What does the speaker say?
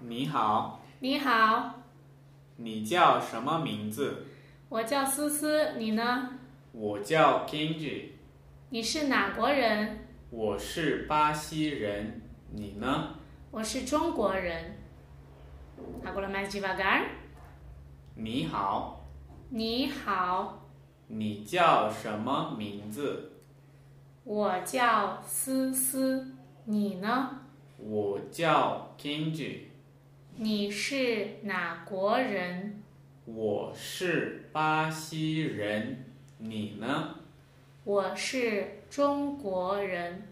你好，你好，你叫什么名字？我叫思思，你呢？我叫 Kenji，你是哪国人？我是巴西人。你呢？我是中国人。Agora mais devagar。你好，你好，你叫什么名字？我叫思思，你呢？我叫 Kenji，你是哪国人？我是巴西人。你呢？我是中国人。